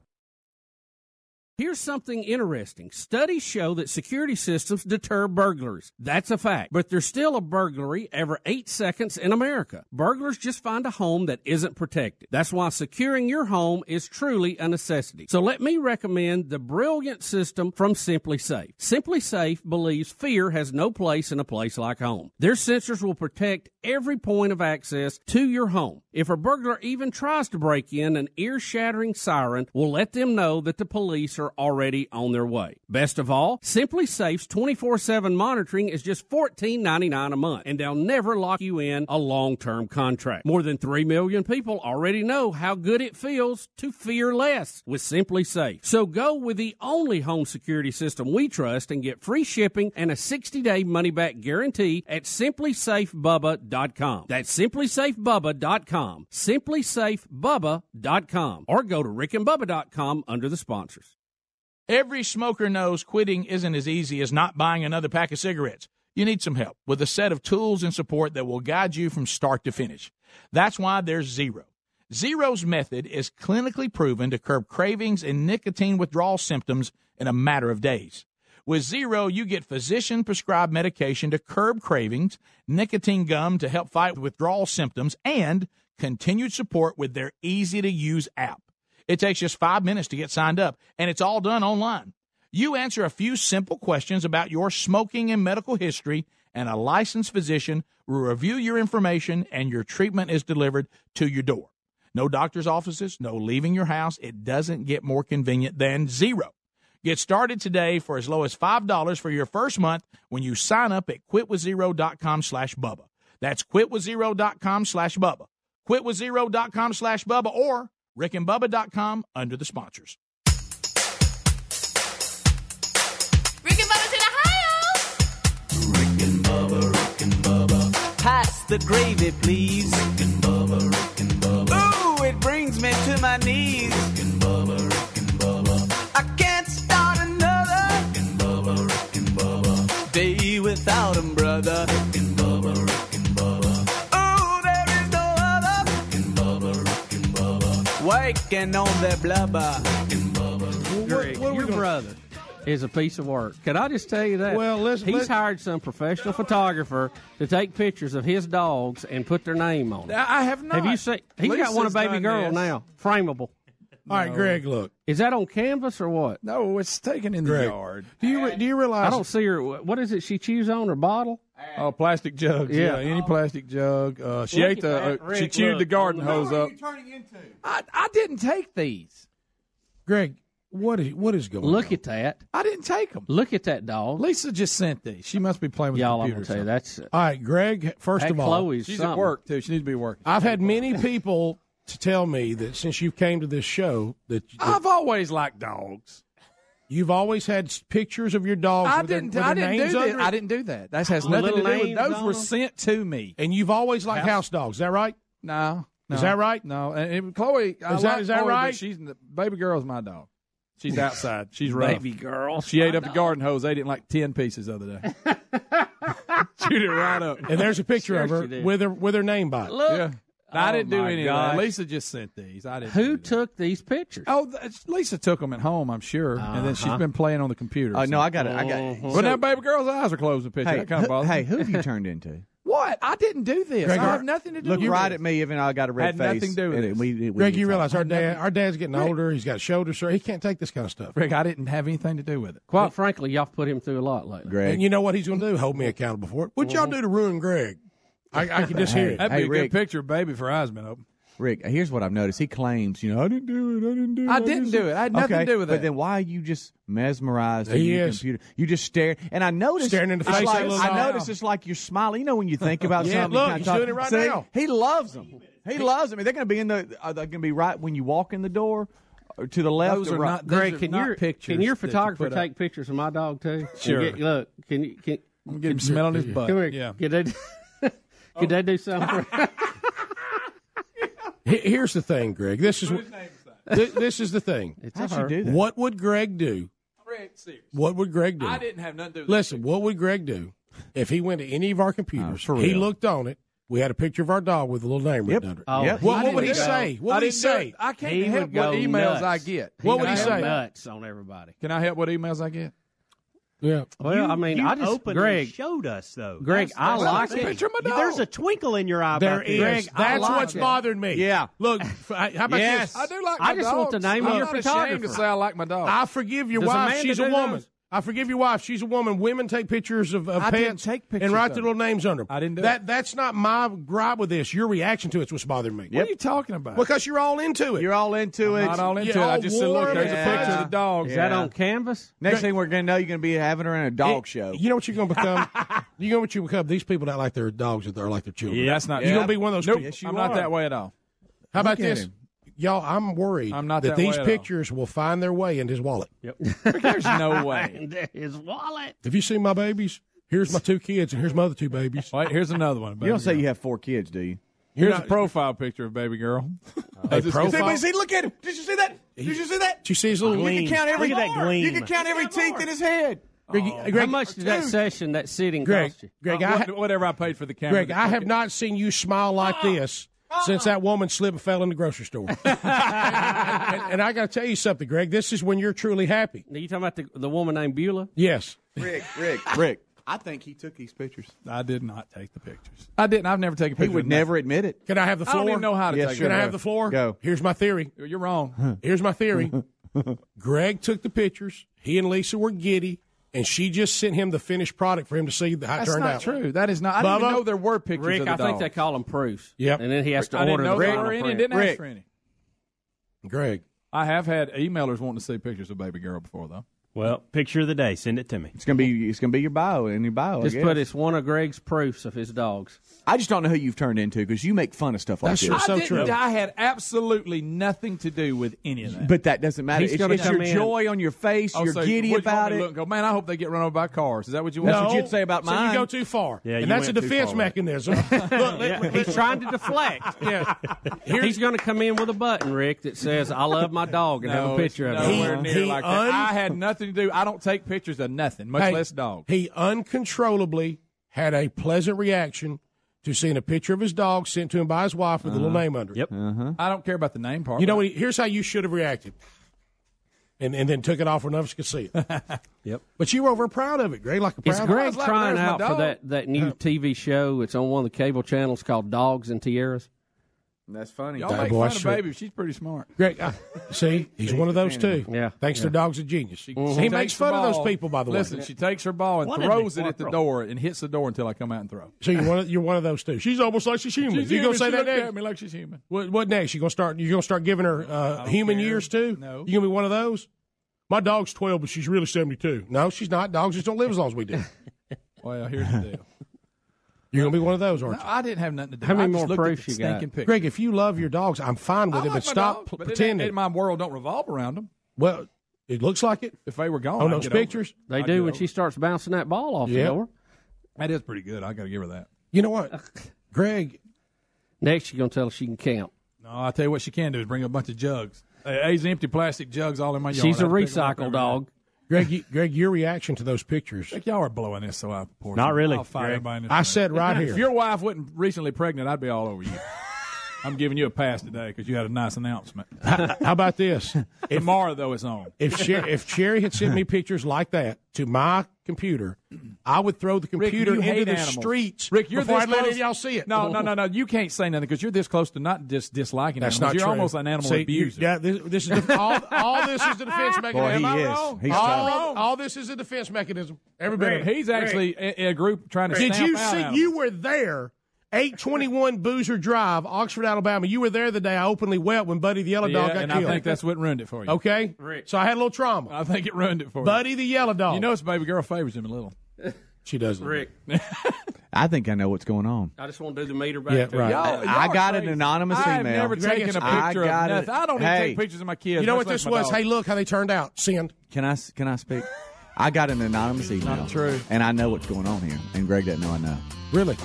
Here's something interesting. Studies show that security systems deter burglars. That's a fact. But there's still a burglary every eight seconds in America. Burglars just find a home that isn't protected. That's why securing your home is truly a necessity. So let me recommend the brilliant system from Simply Safe. Simply Safe believes fear has no place in a place like home. Their sensors will protect every point of access to your home. If a burglar even tries to break in, an ear shattering siren will let them know that the police are are already on their way. Best of all, Simply Safe's 24/7 monitoring is just $14.99 a month, and they'll never lock you in a long-term contract. More than 3 million people already know how good it feels to fear less with Simply Safe. So go with the only home security system we trust and get free shipping and a 60-day money-back guarantee at simplysafebubba.com. That's simplysafebubba.com. simplysafebubba.com or go to rickandbubba.com under the sponsors. Every smoker knows quitting isn't as easy as not buying another pack of cigarettes. You need some help with a set of tools and support that will guide you from start to finish. That's why there's Zero. Zero's method is clinically proven to curb cravings and nicotine withdrawal symptoms in a matter of days. With Zero, you get physician prescribed medication to curb cravings, nicotine gum to help fight withdrawal symptoms, and continued support with their easy to use app. It takes just five minutes to get signed up, and it's all done online. You answer a few simple questions about your smoking and medical history, and a licensed physician will review your information, and your treatment is delivered to your door. No doctor's offices, no leaving your house. It doesn't get more convenient than zero. Get started today for as low as $5 for your first month when you sign up at quitwithzero.com slash Bubba. That's quitwithzero.com slash Bubba. Quitwithzero.com slash Bubba or rickandbubba.com under the sponsors. Rick and Bubba's in Ohio. Pass the gravy, please. Ooh, it brings me to my knees. I can't start another day without 'em, brother. Ooh, there is no other. Waking on their blubber. Greg, your brother is a piece of work. Could I just tell you that? Well, let's- he's let's- hired some professional photographer to take pictures of his dogs and put their name on it. I have not. Have you seen? He's got one a Lisa's baby done girl this. now, frameable. All right, Greg, look. Is that on canvas or what? No, it's taken in the Greg, yard. Do you re- do you realize? I don't see her. What is it she chews on her bottle? Oh, plastic jugs. Yeah, Yeah. any plastic jug. Uh, she Look ate at the. that, uh, she Rick, chewed look. the garden Who are hose you up. I, I didn't take these. Greg, what is what is going? Look at that. I didn't take them. Look at that dog. Lisa just sent these. She must be playing with Y'all, the I'm computer. gonna tell you that's. All right, Greg. First That of all, Chloe's She's at work too. She needs to be working. I've had many people to tell me that since you came to this show that, that I've always liked dogs. You've always had s- pictures of your dogs. I with their- didn't. with I their didn't names do that. under it. I didn't do that. That has With nothing little to do with. names Those on were them? sent to me. And you've always liked house, dogs. Is that right? No, no. Is that right? No. Oh, And, and Chloe, I Is that- like is that Chloe, but right? She's the baby girl's my dog. She's outside. She's rough. Baby girl. She ate up the garden hose. Ate it in like ten pieces the other day. Chewed it right up. And there's a picture of Sure her she did. with her with her name by it. Look. Yeah. I Oh, didn't do my any of gosh. that. Lisa just sent these. I didn't. Who took these pictures? Oh, that's- Lisa took them at home, I'm sure, and then she's Uh-huh. been playing on the computer. Oh, no, I got it. I got it. But So- now, baby girl's eyes are closed. The picture Hey, that who- kind of bothers. me. hey, who have you turned into? What? I didn't do this. Greg, I our- have nothing to do. Look with right this. at me, even though I got a red Had face. nothing to do with and this. we- we- Greg, you realize our dad our dad's getting older. He's got shoulder surgery. He can't take this kind of stuff. Rick, I didn't have anything to do with it. Quite frankly, y'all put him through a lot lately. Greg. And you know what he's going to do? Hold me accountable for it. What y'all do to ruin Greg? I, I can just hear it. That'd Uh-huh. Hey, be a Rick. good picture of baby for eyes been open. Rick, here's what I've noticed. He claims, you know, I didn't do it. I didn't do it. I didn't do it. I had nothing Okay, to do with But it. then why are you just mesmerized in He your is. computer? You just stare. And I noticed. Staring in the it's face of Like, the little I dog. noticed it's like you're smiling. You know, when you think about Yeah, something. look, you kinda he's talk- doing it right See? now. He loves them. He loves them. And they're going to be in the. Are they going to be right when you walk in the door or to the left Those or are right? not- those Greg, can your pictures can your that you photographer put up. take pictures of my dog too? And Sure. get- look, can you can I'm gonna get him smelling his butt. Come here. Yeah. Could they, could they do something? for- He- Here's the thing, Greg. This is wh- thi- this is the thing. a How'd you her. do that? What would Greg do? What would Greg do? I didn't have nothing to do with Listen, what would Greg do if he went to any of our computers? for he real. looked on it. We had a picture of our dog with a little name written under it. Oh, Yep. What, he what would he would go- say? What I would he didn't do say? it. I can't He help would go what e- emails nuts. I get. What would would he go say? Nuts on everybody. Can I help what emails I get? Yeah. Well, I mean, I just openly Greg, showed us though. Greg, That's- I that's like the thing. it. Picture of my dog. There's a twinkle in your eye. There about is. this. I That's like what's it. bothering me. Yeah. Look, f- I- how about Yes. this? I do like. I my just want dogs. the name I'm of your not ashamed photographer. to say I like my dog. I forgive your Does wife. Amanda She's a do woman. those? I forgive your wife. She's a woman. Women take pictures of, of I didn't pants take pictures and write of their it. little names under them. I didn't do that. That's not my gripe with this. Your reaction to it's what's bothering me. What are you talking about? Because you're all into it. You're all into I'm it. not all into it. I just said, look, there's a picture of the dog. Is that on canvas? Next thing we're going to know, you're going to be having her in a dog show. You know what you're going to become? you know what you become? These people that like their dogs that are like their children. Yeah, that's not- You're Yeah. going to be one of those Nope. people. Yes, you I'm not are. that way at all. How Look about at this? him. Y'all, I'm worried I'm not that, that these way at all. pictures will find their way in his wallet. Yep. There's no way. His wallet. Have you seen my babies? Here's my two kids, and here's my other two babies. Wait, here's another one. You baby don't say you have four kids, do you? Here's a profile picture of baby girl. Hey, profile. See, look at him. Did you see that? Did you see that? She sees a little You gleam. can count every Look at that You gleam. can count every teeth in his head. Oh. How much did that session, that sitting Greg, cost you? Greg, Uh, I, whatever I paid for the camera. Greg, I have not seen you smile like this since that woman slipped and fell in the grocery store. and, and I got to tell you something, Greg. This is when you're truly happy. Now, you talking about the, the woman named Beulah? Yes. Rick, Rick, Rick. I think he took these pictures. I did not take the pictures. I didn't. I've never taken He pictures. would never admit it. Can I have the I floor? don't even know how to Yes, take sure. Can I it. have the floor? Go. Here's my theory. You're wrong. Here's my theory. Greg took the pictures. He and Lisa were giddy, and she just sent him the finished product for him to see how it That's turned not out. true. That is not. I didn't Bubba? even know there were pictures Rick, of the I think dog. they call them proofs. Yep. And then he has to I order didn't know the there final were any. print. Didn't Rick. ask for any. Greg. I have had emailers wanting to see pictures of baby girl before though. Well, picture of the day. Send it to me. It's gonna be it's gonna be your bio in your Oh, bio. I Just guess. put it's one of Greg's proofs of his dogs. I just don't know who you've turned into because you make fun of stuff like That's this. just so I didn't- I had absolutely nothing to do with any of that. But that doesn't matter. He's It's, gonna it's your come in. joy on your face. Oh, you're so giddy what you want about me it. to Look, and go, man, I hope they get run over by cars. Is that what you want? That's what you'd say about so mine. you go too far. Yeah, you and that's a went too defense far. mechanism. Look, let- let- He's trying to deflect. yeah. He's going to come in with a button, Rick, that says, I love my dog, and have No, a picture of it's it. nowhere near like that. I had nothing to do. I don't take pictures of nothing, much Hey, less dogs. He uncontrollably had a pleasant reaction to seeing a picture of his dog sent to him by his wife with a little name under it. Uh-huh. Yep. I don't care about the name part. You know what? he- Here's how you should have reacted. And, and then took it off where none of us could see it. Yep. But you were over proud of it, Greg. Like a proud Is Greg It's like, trying there's my out for dog. that, that new TV show? It's on one of the cable channels called Dogs and Tiaras. That's funny. Y'all That make boy fun of should- baby. She's pretty smart. Greg, I, see, he's one of those too. Yeah. Thanks to Yeah. Dog's a Genius. He, She Mm-hmm. he takes makes the fun of those ball. people, by the way. Listen, she takes her ball and What a throws it at the deplorable. door and hits the door until I come out and throw. So you're one of, you're one of those two. She's almost like she's human. She's you human. gonna say She that looked next? at me like she's human. What, what next? You gonna start? You gonna start giving her uh, human years too? No. You gonna be one of those? My dog's twelve, but she's really seventy-two. No, she's not. Dogs just don't live as long as we do. Well, here's the deal. You're gonna be one of those, No, aren't you? I didn't have nothing to do. How I many just more looked at proofs the you got? stinking picture. Greg, if you love your dogs, I'm fine with it, I like but my stop dog, p- but it ain't- pretending. it- my world don't revolve around them. well, it looks like it. If they were gone, on I'd those get over it. pictures, They I'd get do when over she starts bouncing that ball off Yep. the door. it. That is pretty good. I got to give her that. You know what, Greg? Next, you're going to tell her she can count. No, I tell you what she can do is bring a bunch of jugs. Uh, These empty plastic jugs all in my yard. She's a I'd pick 'em up recycle every dog. Greg, you, Greg, your reaction to those pictures? Like y'all are blowing this so out of proportion. Not really, I'll fire Greg. everybody in this I room. said right here. If your wife wasn't recently pregnant, I'd be all over you. I'm giving you a pass today because you had a nice announcement. How about this? Tomorrow though, it's on. If Sher- if Sherry had sent me pictures like that to my computer, I would throw the Rick, computer you into hate the animals. streets. Rick, you're before this I'd let close- any of y'all see it. Oh, No, no, no, no. You can't say nothing because you're this close to not just disliking That's animals. not you're true. almost an animal See, you- abuser. yeah, this, this is the, all, all this is the defense mechanism. he Am I is. wrong? He's all, totally- all this is a defense mechanism. Everybody, Rick, he's actually eh, in a group trying to. Did stamp you see? out animals. You were there. 821 Boozer Drive, Oxford, Alabama. You were there the day I openly wept when Buddy the Yellow Yeah, Dog got and killed. I think that's what ruined it for you. okay. So I had a little trauma. I think it ruined it for you. Buddy the Yellow Dog. You know, it's baby girl favors him a little. she eh, doesn't. Rick, I think I know what's going on. I just want to do the meter back. Yeah, to right. you. Y'all- I y'all got are an crazy. anonymous I have email. never Greg, taken a picture I of got it. nothing. I don't even Hey. take pictures of my kids. You know much what less this my was? dogs. Hey, look how they turned out. Send. Can I s- can I speak? I got an anonymous email. Not true. And I know what's going on here. And Greg doesn't know I know. Really?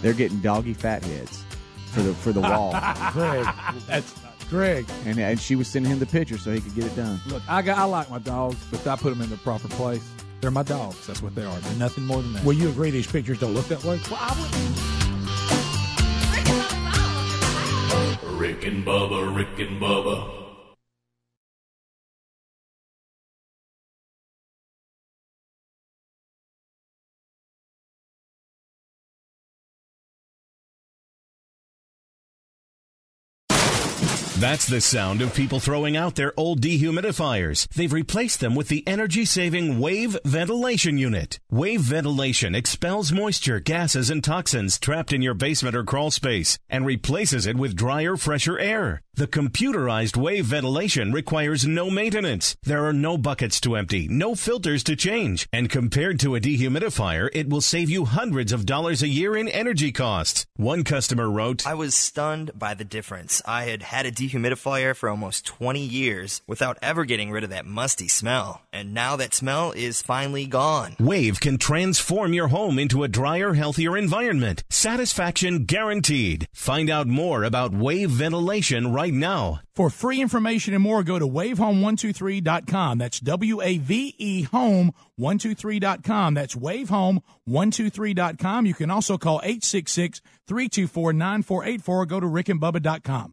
They're getting doggy fat heads for the for the wall. Greg. That's Greg. and and she was sending him the picture so he could get it done. Look, I got I like my dogs, but I put them in the proper place. They're my dogs. That's what they are. They're nothing more than that. Will you agree these pictures don't look that way? Rick and Bubba, Rick and Bubba. That's the sound of people throwing out their old dehumidifiers. They've replaced them with the energy saving Wave Ventilation Unit. Wave Ventilation expels moisture, gases, and toxins trapped in your basement or crawl space and replaces it with drier, fresher air. The computerized wave ventilation requires no maintenance. There are no buckets to empty, no filters to change, and compared to a dehumidifier, it will save you hundreds of dollars a year in energy costs. One customer wrote, I was stunned by the difference. I had had a dehumidifier for almost 20 years without ever getting rid of that musty smell, and now that smell is finally gone. Wave can transform your home into a drier, healthier environment. Satisfaction guaranteed. Find out more about wave ventilation right now. For free information and more, go to wavehome123.com. That's W A V E home123.com. That's wavehome123.com. You can also call 866 324 9484 go to rickandbubba.com.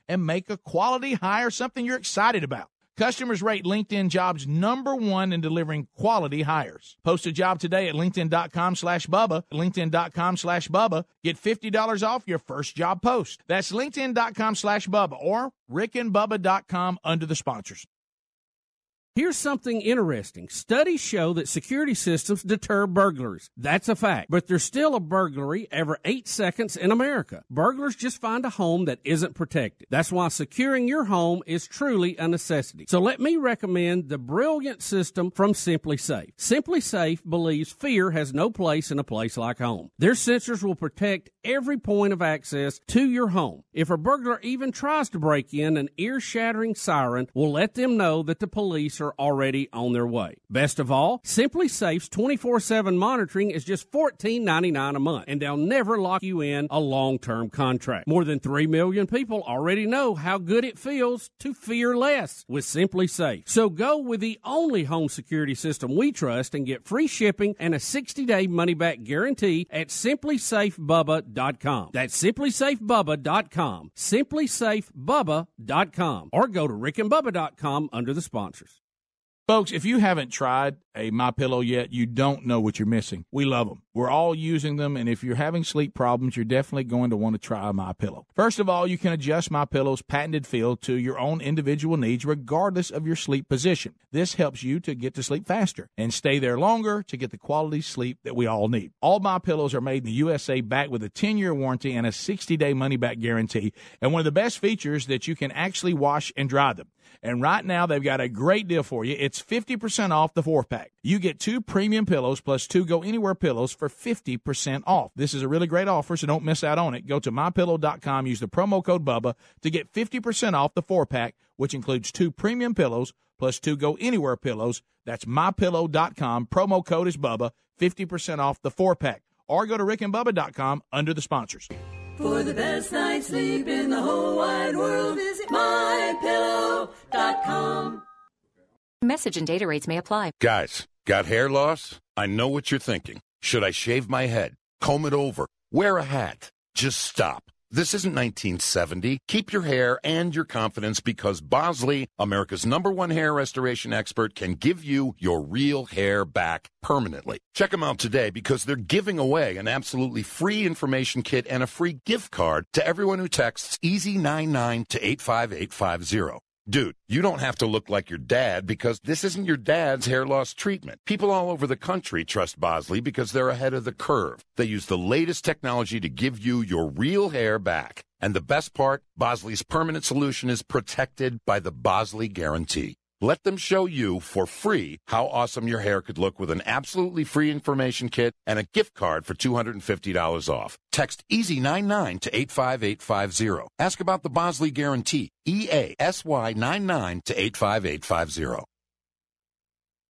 and make a quality hire something you're excited about. Customers rate LinkedIn jobs number one in delivering quality hires. Post a job today at LinkedIn.com slash Bubba, LinkedIn.com slash Bubba. Get $50 off your first job post. That's LinkedIn.com slash Bubba or RickandBubba.com under the sponsors. Here's something interesting. Studies show that security systems deter burglars. That's a fact. But there's still a burglary every eight seconds in America. Burglars just find a home that isn't protected. That's why securing your home is truly a necessity. So let me recommend the brilliant system from Simply Safe. Simply Safe believes fear has no place in a place like home. Their sensors will protect every point of access to your home. If a burglar even tries to break in, an ear shattering siren will let them know that the police are already on their way. Best of all, Simply Safe's 24/7 monitoring is just $14.99 a month, and they'll never lock you in a long-term contract. More than 3 million people already know how good it feels to fear less with Simply Safe. So go with the only home security system we trust and get free shipping and a 60-day money-back guarantee at simplysafebubba.com. That's simplysafebubba.com. simplysafebubba.com or go to rickandbubba.com under the sponsors. Folks, if you haven't tried a My Pillow yet, you don't know what you're missing. We love them. We're all using them, and if you're having sleep problems, you're definitely going to want to try My Pillow. First of all, you can adjust My Pillow's patented feel to your own individual needs, regardless of your sleep position. This helps you to get to sleep faster and stay there longer to get the quality sleep that we all need. All My Pillows are made in the USA, backed with a 10-year warranty and a 60-day money-back guarantee. And one of the best features that you can actually wash and dry them. And right now, they've got a great deal for you. It's 50% off the four pack. You get two premium pillows plus two go anywhere pillows for 50% off. This is a really great offer, so don't miss out on it. Go to mypillow.com, use the promo code BUBBA to get 50% off the four pack, which includes two premium pillows plus two go anywhere pillows. That's mypillow.com. Promo code is BUBBA, 50% off the four pack. Or go to rickandbubba.com under the sponsors. For the best night's sleep in the whole wide world, visit mypillow.com. Message and data rates may apply. Guys, got hair loss? I know what you're thinking. Should I shave my head? Comb it over? Wear a hat? Just stop. This isn't 1970. Keep your hair and your confidence because Bosley, America's number one hair restoration expert, can give you your real hair back permanently. Check them out today because they're giving away an absolutely free information kit and a free gift card to everyone who texts E EASY99 to 85850. Dude, you don't have to look like your dad because this isn't your dad's hair loss treatment. People all over the country trust Bosley because they're ahead of the curve. They use the latest technology to give you your real hair back. And the best part, Bosley's permanent solution is protected by the Bosley Guarantee. Let them show you for free how awesome your hair could look with an absolutely free information kit and a gift card for $250 off. Text EASY99 to E 85850. Ask about the Bosley Guarantee, EASY99 to 85850.